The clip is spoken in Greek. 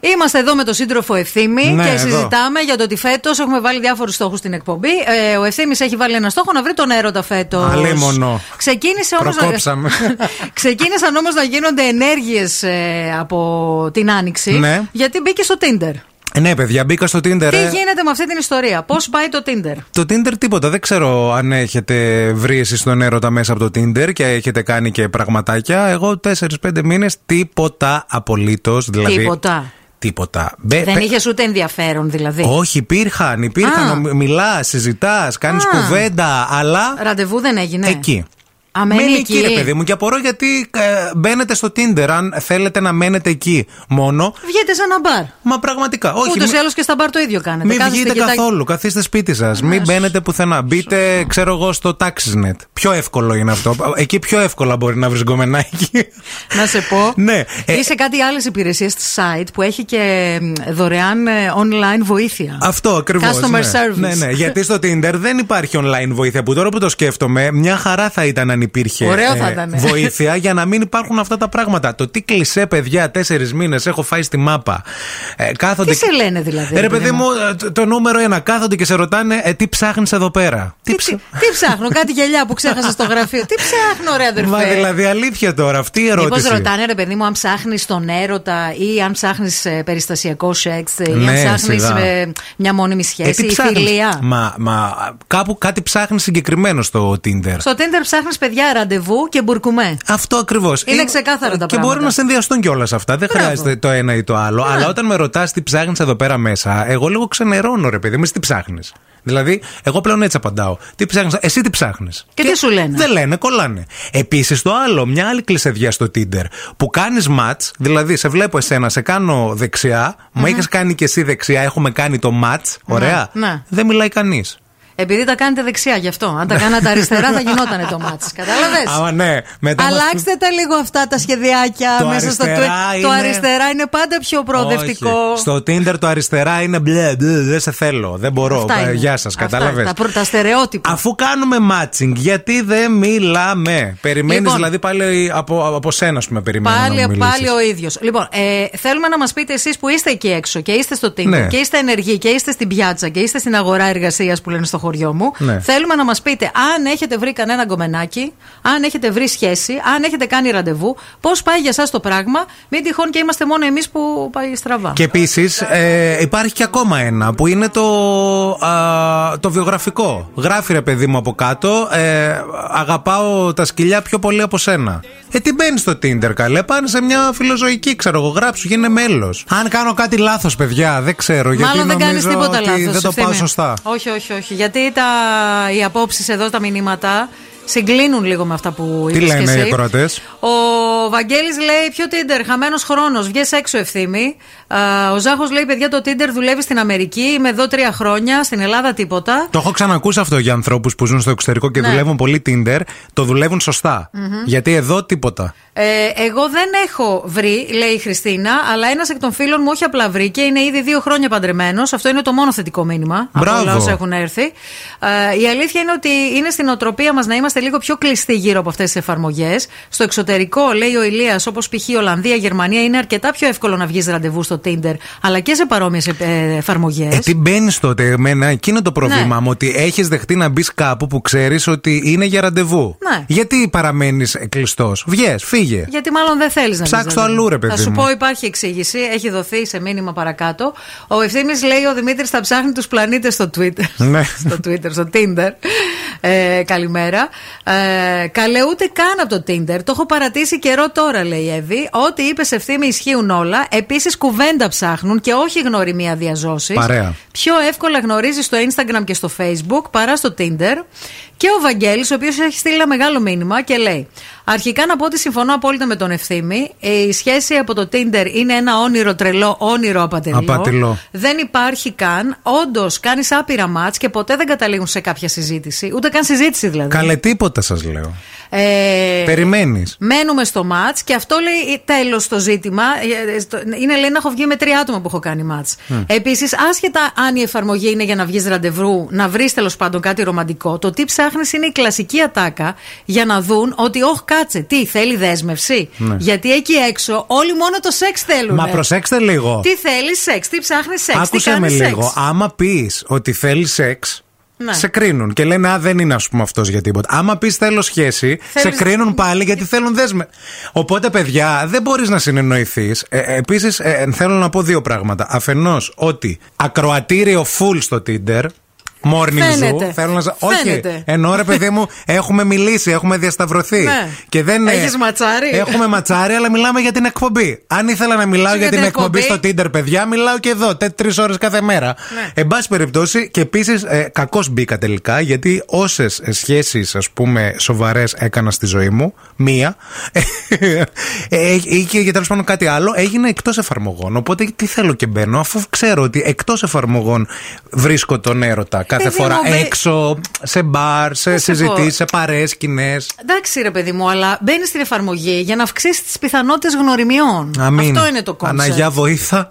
Είμαστε εδώ με τον σύντροφο Ευθύμη Ναι, και εδώ. συζητάμε για το ότι φέτος έχουμε βάλει διάφορους στόχους στην εκπομπή. Ε, ο Ευθύμης έχει βάλει ένα στόχο να βρει τον έρωτα φέτος. Αλίμονο. Ξεκίνησε όμως. Προκόψαμε. Ξεκίνησαν όμως να γίνονται ενέργειες από την Άνοιξη. Ναι. Γιατί μπήκε στο Tinder. Ε, Ναι, παιδιά, μπήκα στο Tinder. Τι ε. γίνεται με αυτή την ιστορία, πώς πάει το Tinder. Το Tinder τίποτα. Δεν ξέρω αν έχετε βρει εσείς τον έρωτα μέσα από το Tinder και έχετε κάνει και πραγματάκια. Εγώ 4-5 μήνες τίποτα απολύτως. Δηλαδή, Τίποτα. Τίποτα. Μπε- Δεν Ε, πε- είχες ούτε ενδιαφέρον δηλαδή. Όχι, υπήρχαν, Α. υπήρχαν. Μι- Μιλάς, συζητάς, κάνεις Α. κουβέντα, αλλά Ραντεβού δεν έγινε. εκεί. Α, μένει Μένει εκεί. εκεί, ρε παιδί μου. Και απορώ γιατί ε, μπαίνετε στο Tinder, αν θέλετε να μένετε εκεί μόνο. Βγείτε σε ένα μπαρ. Μα πραγματικά. Όχι, Ούτως ή μη- άλλως και στα μπαρ το ίδιο κάνετε. Μην Κάθεστε βγείτε και τα- καθόλου. Καθίστε σπίτι σας. Μην μπαίνετε πουθενά. Μπείτε, ξέρω εγώ, στο TaxisNet. Πιο εύκολο είναι αυτό. Εκεί πιο εύκολα μπορεί να βρει γκομενάκι. Να σε πω. Ναι. Ε, Ή σε κάτι άλλες υπηρεσίες της site που έχει και μ, δωρεάν ε, online βοήθεια. Αυτό ακριβώς. Customer ναι. service. Ναι, ναι. Γιατί στο Tinder δεν υπάρχει online βοήθεια. Που τώρα που το σκέφτομαι, μια χαρά θα ήταν αν υπήρχε ε, Ωραίο θα ήταν. βοήθεια για να μην υπάρχουν αυτά τα πράγματα. Το τι κλεισέ, παιδιά, τέσσερις μήνες έχω φάει στη μάπα. Ε, κάθονται... Τι σε λένε δηλαδή, Ε, ρε Ρε παιδί παιδί μου, ε, το- το νούμερο ένα. Κάθονται και σε ρωτάνε ε, τι ψάχνεις εδώ πέρα. Τι, ψ- τι ψάχνω, κάτι γελιά που ξέχασα στο γραφείο. Τι ψάχνω, ρε αδερφέ. Λοιπόν, Μα δηλαδή αλήθεια τώρα, αυτή η Μήπω ερώτηση. ρωτάνε ρε παιδί μου αν ψάχνεις τον έρωτα ή αν ψάχνεις περιστασιακό σεξ ε, ή Ναι, αν σιγά. ψάχνει μια μόνιμη Ε, σχέση τι ή ψάχνεις? φιλία. Μα, μα κάπου κάτι ψάχνεις συγκεκριμένο στο Tinder. Στο Tinder ψάχνεις παιδιά ραντεβού και μπουρκουμέ. Αυτό ακριβώς. Είναι ξεκάθαρα τα Και πράγματα. μπορεί να συνδυαστούν κιόλας αυτά. Δεν Μπράβο. Ναι. χρειάζεται το ένα ή το άλλο. Αλλά όταν με ρωτάς τι ψάχνεις εδώ πέρα μέσα, εγώ λίγο ξενερώνω, ρε παιδί μου, εσύ τι ψάχνεις. Δηλαδή, εγώ πλέον έτσι απαντάω. Τι ψάχνεις, εσύ τι ψάχνεις. Και τι σου λένε? Δεν λένε, κολλάνε. Επίσης το άλλο, μια άλλη κλεισεδιά στο Tinder που κάνεις match, δηλαδή σε βλέπω εσένα, σε κάνω δεξιά, μου έχει κάνει και εσύ δεξιά, έχουμε κάνει το match, ωραία. ναι. Δεν μιλάει κανείς. Επειδή τα κάνετε δεξιά γι' αυτό. Αν τα κάνατε αριστερά θα γινότανε το μάτι. Κατάλαβε. Α, ναι. Μετά μας- Αλλάξτε τα λίγο αυτά τα σχεδιάκια Το μέσα στο αριστερά Twitter. Το είναι- αριστερά είναι πάντα πιο προοδευτικό. Όχι. Στο Tinder το αριστερά είναι μπλε, μπλε, δεν σε θέλω. Δεν μπορώ. Αυτά Ε, είναι. Γεια σας, Αυτά, κατάλαβες. Τα, πρω- τα στερεότυπα. Αφού κάνουμε matching, γιατί δεν μιλάμε. Περιμένεις Λοιπόν. δηλαδή πάλι από, από σένα, ας πούμε, περιμένω να μου Πάλι, μιλήσεις. πάλι ο ίδιος. Λοιπόν, ε, θέλουμε να μας πείτε εσείς που είστε εκεί έξω και είστε στο Tinder Ναι. και είστε ενεργοί και είστε στην πιάτσα και είστε στην αγορά εργασίας που λένε στο χωριό μου. Ναι. Θέλουμε να μας πείτε αν έχετε βρει κανένα γκομενάκι, αν έχετε βρει σχέση, αν έχετε κάνει ραντεβού, πώς πάει για εσά το πράγμα. Μην τυχόν και είμαστε μόνο εμείς που πάει στραβά. Και επίσης υπάρχει και ακόμα ένα που είναι το, α, το βιογραφικό. Γράφει ρε παιδί μου από κάτω, ε, αγαπάω τα σκυλιά πιο πολύ από σένα. Ε, τι μπαίνεις στο Tinder, καλέ. Πάνε σε μια φιλοζωική, ξέρω εγώ. Γράψου, γίνε μέλος. Αν κάνω κάτι λάθος, παιδιά, δεν ξέρω. Μάλλον γιατί δεν κάνεις νομίζω τίποτα ότι λάθος. Δεν το πάω σωστά. Όχι, όχι, όχι. Γιατί τα, οι απόψεις εδώ, τα μηνύματα, συγκλίνουν λίγο με αυτά που Τι είπες λένε και εσύ. οι ακροατές? Ο Βαγγέλης λέει: Ποιο Tinder, χαμένος χρόνος, βγες έξω ευθύμη. Α, Ο Ζάχος λέει: Παιδιά, το Tinder δουλεύει στην Αμερική. Είμαι εδώ τρία χρόνια, στην Ελλάδα τίποτα. Το έχω ξανακούσει αυτό για ανθρώπους που ζουν στο εξωτερικό και Ναι. δουλεύουν πολύ Tinder. Το δουλεύουν σωστά. Γιατί εδώ τίποτα. Ε, εγώ δεν έχω βρει, λέει η Χριστίνα, αλλά ένας εκ των φίλων μου όχι απλά βρει και είναι ήδη δύο χρόνια παντρεμένος. Αυτό είναι το μόνο θετικό μήνυμα από Μπράβο. όλα όσα έχουν έρθει. Ε, η αλήθεια είναι ότι είναι στην οτροπία μας να είμαστε λίγο πιο κλειστοί γύρω από αυτές τις εφαρμογές. Στο εξωτερικό, λέει ο Ηλίας, όπως π.χ. Ολλανδία, Γερμανία, είναι αρκετά πιο εύκολο να βγεις ραντεβού στο Tinder, αλλά και σε παρόμοιες εφαρμογές. Ε, τι μπαίνεις τότε, εμένα, εκείνο το πρόβλημά Ναι. μου. Ότι έχεις δεχτεί να μπεις κάπου που ξέρεις ότι είναι για ραντεβού. Ναι. Γιατί παραμένεις κλειστός. Βγες, φύγε. Γιατί μάλλον δεν θέλεις να Ψάξ' βγεις, το δηλαδή. αλλού, ρε παιδί Θα σου μου. πω, υπάρχει εξήγηση. Έχει δοθεί σε μήνυμα παρακάτω. Ο ευθύνη λέει: Ο Δημήτρης θα ψάχνει τους πλανήτες στο Twitter. Ναι. στο Twitter, στο Tinder. Ε, καλημέρα. Ε, καλέ, ούτε καν από το Tinder. Το έχω παρατήσει καιρό τώρα, λέει η Εύη. Ό,τι είπες ευθύνη ισχύουν όλα. Επίσης, κουβέντα ψάχνουν και όχι γνωριμία διαζώση. Παρέα. Πιο εύκολα γνωρίζεις στο Instagram και στο Facebook παρά στο Tinder. Και ο Βαγγέλης, ο οποίος έχει στείλει ένα μεγάλο μήνυμα και λέει: Αρχικά να πω ότι συμφωνώ απόλυτα με τον ευθύμη. Ε, Η σχέση από το Tinder είναι ένα όνειρο τρελό, όνειρο απατηλό. Απατηλό. Δεν υπάρχει καν. Όντως, κάνεις άπειρα μάτ και ποτέ δεν καταλήγουν σε κάποια συζήτηση. Ούτε καν συζήτηση δηλαδή. Καλέ, τίποτα σας λέω. Ε, Περιμένεις. Μένουμε στο ματ και αυτό λέει τέλος το ζήτημα. Ε, ε, στο- Είναι λέει να έχω βγει με τρία άτομα που έχω κάνει ματ. Επίσης Επίσης, άσχετα αν η εφαρμογή είναι για να βγεις ραντεβού, να βρεις τέλος πάντων κάτι ρομαντικό, το τι ψάχνεις ψάχνει είναι η κλασική ατάκα για να δουν ότι, Ωχ, κάτσε, τι θέλει δέσμευση. Ναι. Γιατί εκεί έξω όλοι μόνο το σεξ θέλουν. Μα προσέξτε λίγο. Τι θέλει σεξ, τι ψάχνει σεξ, τι Άκουσε με κάνει σεξ. λίγο. Άμα πεις ότι θέλει σεξ. Ναι. Σε κρίνουν και λένε Α, δεν είναι ας πούμε αυτός για τίποτα. Άμα πεις θέλω σχέση, Θέλεις- σε κρίνουν πάλι γιατί θέλουν δέσμε. Οπότε, παιδιά, δεν μπορείς να συνεννοηθείς. Ε, Επίση, θέλω να πω δύο πράγματα. Αφενός, ότι ακροατήριο full στο Tinder. Morning Φαίνεται. zoo. Θέλω να... σα- Όχι, Φαίνεται. ενώ ρε παιδί μου, έχουμε μιλήσει, έχουμε διασταυρωθεί. Ναι. Και δεν, ε, Έχεις ματσάρι. Έχουμε ματσάρι, αλλά μιλάμε για την εκπομπή. Αν ήθελα να μιλάω Για για, την την εκπομπή, εκπομπή. στο Tinder, παιδιά, μιλάω και εδώ, τρεις ώρες κάθε μέρα. Ναι. Εν πάση περιπτώσει, και επίσης, ε, κακώς μπήκα τελικά, γιατί όσες σχέσεις, ας πούμε, σοβαρές έκανα στη ζωή μου, μία, ε, ή και για τέλος πάντων κάτι άλλο, έγινε εκτός εφαρμογών. Οπότε τι θέλω και μπαίνω, αφού ξέρω ότι εκτός εφαρμογών βρίσκω τον έρωτα κάθε Παιδί φορά μου, μπε- έξω, σε μπαρ, σε Να σε πω. συζητήσεις, σε παρέ, σκηνές. Εντάξει, ρε παιδί μου, αλλά μπαίνει στην εφαρμογή για να αυξήσεις τις πιθανότητες γνωριμιών. Αμήν. Αυτό είναι το κόμμα. Αναγιά βοήθα.